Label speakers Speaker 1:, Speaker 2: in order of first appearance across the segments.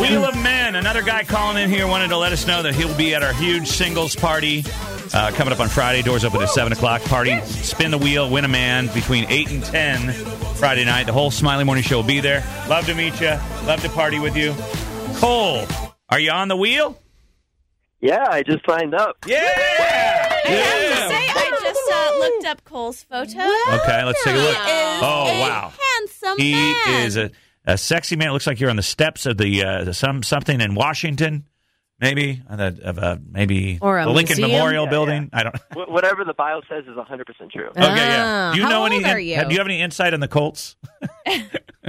Speaker 1: Wheel of Men. Another guy calling in here wanted to let us know that he'll be at our huge singles party uh, coming up on Friday. Doors open at 7 o'clock. Party, spin the wheel, win a man between 8 and 10 Friday night. The whole Smiley Morning Show will be there. Love to meet you. Love to party with you. Cole, are you on the wheel?
Speaker 2: Yeah, I just signed up.
Speaker 1: Yeah!
Speaker 3: I have to
Speaker 1: Yeah!
Speaker 3: say, I just uh, looked up Cole's photo.
Speaker 1: Okay, let's take a look.
Speaker 3: He is
Speaker 1: Oh,
Speaker 3: a
Speaker 1: wow.
Speaker 3: handsome
Speaker 1: He
Speaker 3: man.
Speaker 1: is a, a sexy man. It looks like you're on the steps of the uh, some something in Washington, maybe on the of a maybe
Speaker 4: Or a
Speaker 1: the Lincoln
Speaker 4: museum?
Speaker 1: Memorial
Speaker 2: Yeah,
Speaker 1: Building. I don't.
Speaker 2: Wh- whatever the bio says is 100% true.
Speaker 1: Okay, yeah.
Speaker 4: Ah,
Speaker 1: Do you
Speaker 4: how
Speaker 1: know
Speaker 4: old
Speaker 1: any?
Speaker 4: are
Speaker 1: in-
Speaker 4: you?
Speaker 1: have- do you have any insight on the Colts?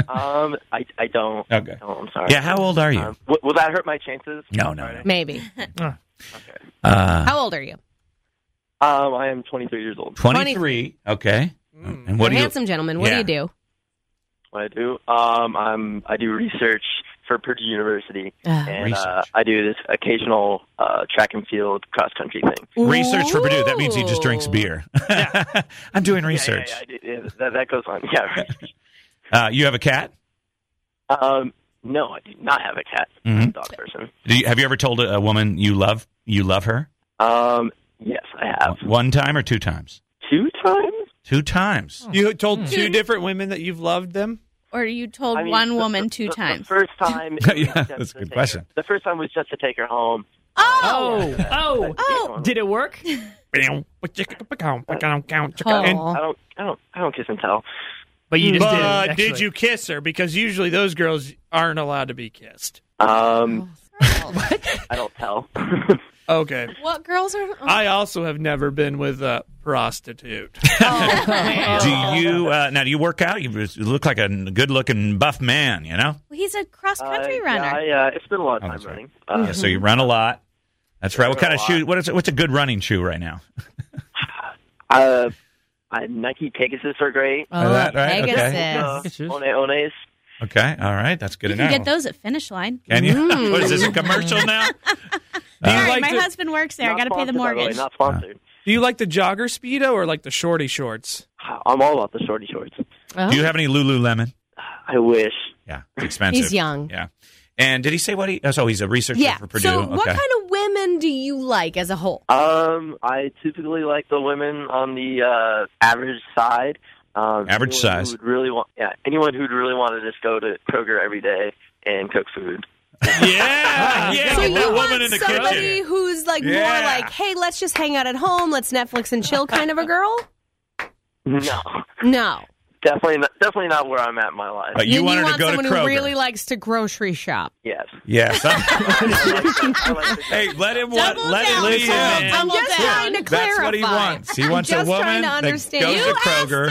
Speaker 2: Um, I, I don't.
Speaker 1: Okay.
Speaker 2: No, I'm sorry.
Speaker 1: Yeah. How old are you?
Speaker 2: Um, w- will that hurt my chances?
Speaker 1: No, no, no.
Speaker 4: Maybe.
Speaker 1: Uh,
Speaker 4: How old are you?
Speaker 2: Um, I am 23 years old.
Speaker 1: Twenty-three. Mm. Okay. And what
Speaker 4: You're
Speaker 1: do
Speaker 4: a
Speaker 1: you?
Speaker 4: handsome gentleman. What
Speaker 1: Yeah.
Speaker 4: do you
Speaker 2: What I do? Um, I'm I do research for Purdue University,
Speaker 4: do? Uh,
Speaker 2: and uh,
Speaker 1: research.
Speaker 2: I do this occasional uh, track and field cross country thing.
Speaker 1: Research for Purdue. That means he just drinks
Speaker 4: Ooh.
Speaker 1: beer. I'm doing research.
Speaker 2: Yeah, yeah, yeah, I do- yeah, that, that goes on. Yeah. right.
Speaker 1: Uh, you have a cat?
Speaker 2: um, no, I do not have a cat. I'm a
Speaker 1: Mhm.
Speaker 2: dog person.
Speaker 1: Do you, have you ever told a, a woman you love you love her?
Speaker 2: Um, yes, I have
Speaker 1: One time or two times?
Speaker 2: two times.
Speaker 1: Two times.
Speaker 5: You
Speaker 1: Hmm.
Speaker 5: told two different women that you've loved them.
Speaker 3: Or you told
Speaker 2: I mean,
Speaker 3: one
Speaker 2: the-
Speaker 3: woman
Speaker 2: the-
Speaker 3: two
Speaker 2: the-
Speaker 3: times.
Speaker 2: The first time, it
Speaker 1: Yeah,
Speaker 2: was just
Speaker 1: that's a
Speaker 2: to
Speaker 1: good
Speaker 2: take
Speaker 1: question.
Speaker 2: Her, the first time was just to take her home.
Speaker 3: oh,
Speaker 4: oh, oh,
Speaker 3: Oh.
Speaker 4: Did it work?
Speaker 2: I don't, I don't, I don't kiss and tell.
Speaker 6: But you just did.
Speaker 5: But
Speaker 6: it,
Speaker 5: did
Speaker 6: actually.
Speaker 5: you kiss her? Because usually those girls aren't allowed to be kissed.
Speaker 2: Um,
Speaker 3: Oh.
Speaker 2: I don't tell.
Speaker 5: Okay.
Speaker 3: what girls are? Oh,
Speaker 5: I also have never been with a prostitute.
Speaker 1: Do you uh, now? Do you work out? You just look like a good-looking buff man. You know.
Speaker 3: oh, he's a cross country
Speaker 2: Uh,
Speaker 3: runner.
Speaker 2: Yeah, I, uh, it's been a long
Speaker 1: Oh,
Speaker 2: time
Speaker 1: that's right.
Speaker 2: running. Uh,
Speaker 1: Yeah, so you run a lot. That's right. What
Speaker 2: Run
Speaker 1: kind
Speaker 2: a
Speaker 1: of shoe? What is what's Mm-hmm. a good running shoe right now?
Speaker 2: uh, I, Nike Pegasus are great.
Speaker 4: Oh,
Speaker 1: that right? Okay.
Speaker 2: Uh,
Speaker 4: Pegasus.
Speaker 2: One Ones.
Speaker 1: Okay. All right. That's good
Speaker 3: you
Speaker 1: enough.
Speaker 3: can get those at Finish Line.
Speaker 1: Can you?
Speaker 4: Mm.
Speaker 1: what is this a commercial now? Uh,
Speaker 5: Do you
Speaker 3: Sorry,
Speaker 5: like
Speaker 3: my
Speaker 5: the,
Speaker 3: husband works there. I
Speaker 2: Not
Speaker 3: got to pay the
Speaker 2: sponsored, by way,
Speaker 3: mortgage.
Speaker 2: Not sponsored.
Speaker 5: Do you like the jogger speedo or like the shorty shorts?
Speaker 2: I'm all about the shorty shorts.
Speaker 1: Do you have any Lululemon?
Speaker 2: I wish.
Speaker 1: Yeah, it's expensive.
Speaker 4: He's young.
Speaker 1: Yeah. And did he say what he? Oh, so he's a researcher
Speaker 4: Yeah.
Speaker 1: for Purdue.
Speaker 4: So,
Speaker 1: okay.
Speaker 4: what kind of women do you like as a whole?
Speaker 2: Um, I typically like the women on the uh, average side. Um,
Speaker 1: Average
Speaker 2: anyone
Speaker 1: size.
Speaker 2: Who would really want, yeah, anyone who'd really want to just go to Kroger every day and cook food.
Speaker 1: yeah, yeah.
Speaker 4: so
Speaker 1: get
Speaker 4: you
Speaker 1: that
Speaker 4: want
Speaker 1: woman in the
Speaker 4: somebody
Speaker 1: kitchen.
Speaker 4: who's like
Speaker 1: Yeah.
Speaker 4: more like, hey, let's just hang out at home, let's Netflix and chill, kind of a girl?
Speaker 2: No,
Speaker 4: No,
Speaker 2: definitely, not, definitely not where I'm at in my life.
Speaker 1: But you,
Speaker 4: Then
Speaker 1: want her to go
Speaker 4: someone
Speaker 1: to Kroger.
Speaker 4: who really likes to grocery shop.
Speaker 2: yes.
Speaker 1: yes.
Speaker 2: I like the-
Speaker 1: hey, let him. Let,
Speaker 4: Double
Speaker 1: let it
Speaker 4: down,
Speaker 1: leave.
Speaker 4: Tom.
Speaker 1: him.
Speaker 4: I'm just
Speaker 3: down.
Speaker 4: trying to clarify.
Speaker 1: That's what he wants. He
Speaker 4: I'm
Speaker 1: wants a
Speaker 4: just
Speaker 1: woman
Speaker 4: trying to understand.
Speaker 1: that goes
Speaker 4: You
Speaker 1: to Kroger.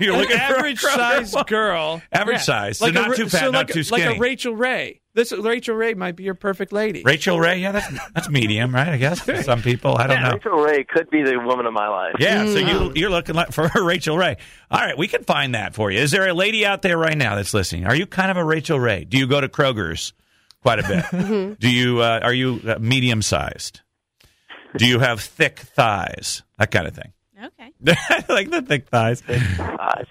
Speaker 1: You- You're
Speaker 5: An
Speaker 1: looking for a
Speaker 5: average
Speaker 1: Kroger
Speaker 5: size
Speaker 1: woman.
Speaker 5: girl.
Speaker 1: Average size, so not
Speaker 5: Ra-
Speaker 1: too fat,
Speaker 5: so
Speaker 1: not
Speaker 5: like,
Speaker 1: too
Speaker 5: like
Speaker 1: skinny.
Speaker 5: a Rachel Ray. This Rachel Ray might be your perfect lady.
Speaker 1: Rachel Ray, yeah, that's that's medium, right? I guess for some people, I don't know.
Speaker 2: Rachel Ray could be the woman of my life.
Speaker 1: Yeah, so you you're looking like for a Rachel Ray. All right, we can find that for you. Is there a lady out there right now that's listening? Are you kind of a Rachel Ray? Do you go to Kroger's quite a bit? Do you uh, are you uh, medium sized? Do you have thick thighs? That kind of thing.
Speaker 3: Okay.
Speaker 1: I like the thick thighs,
Speaker 2: Uh,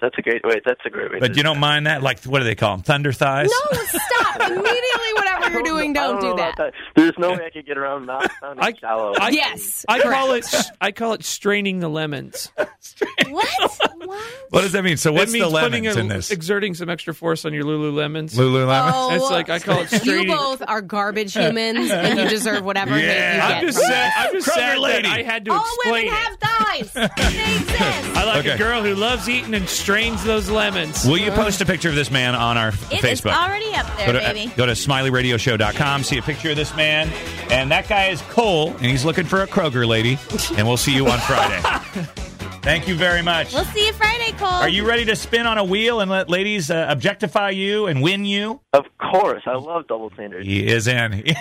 Speaker 2: that's a great way. That's a great way.
Speaker 1: but
Speaker 2: to
Speaker 1: you don't mind that. Like what do they call them? Thunder thighs.
Speaker 4: No, Oh, stop immediately. Whatever you're doing,
Speaker 2: I
Speaker 4: don't,
Speaker 2: know
Speaker 4: do that.
Speaker 2: about There's no way I could get around not sounding
Speaker 5: I-
Speaker 2: shallow.
Speaker 5: I-
Speaker 4: Yes,
Speaker 5: I call it I call it straining the lemons.
Speaker 3: What? what?
Speaker 1: What does that mean? So what's
Speaker 5: that means
Speaker 1: the
Speaker 5: putting
Speaker 1: lemons
Speaker 5: a-
Speaker 1: in this?
Speaker 5: Exerting some extra force on your Lululemons.
Speaker 1: Lululemon.
Speaker 4: Oh,
Speaker 5: It's like I call it straining.
Speaker 4: you both are garbage humans, and you deserve whatever hate you
Speaker 1: Yeah.
Speaker 4: get.
Speaker 5: I'm just
Speaker 4: from
Speaker 5: sad.
Speaker 4: us.
Speaker 5: I'm just
Speaker 1: Kroger
Speaker 5: sad
Speaker 1: lady.
Speaker 5: that I had to
Speaker 4: All
Speaker 5: explain
Speaker 4: women
Speaker 5: it.
Speaker 4: have thighs. They exist.
Speaker 5: I like
Speaker 1: Okay.
Speaker 5: a girl who loves eating and strains those lemons.
Speaker 1: Will you post a picture of this man on our
Speaker 3: It is
Speaker 1: Facebook?
Speaker 3: already up there,
Speaker 1: go to,
Speaker 3: baby.
Speaker 1: Go to smileyradioshow.com, see a picture of this man. And that guy is Cole, and he's looking for a Kroger lady. And we'll see you on Friday. Thank you very much.
Speaker 3: We'll see you Friday, Cole.
Speaker 1: Are you ready to spin on a wheel and let ladies uh, objectify you and win you?
Speaker 2: Of course, I love double standards.
Speaker 1: He is in.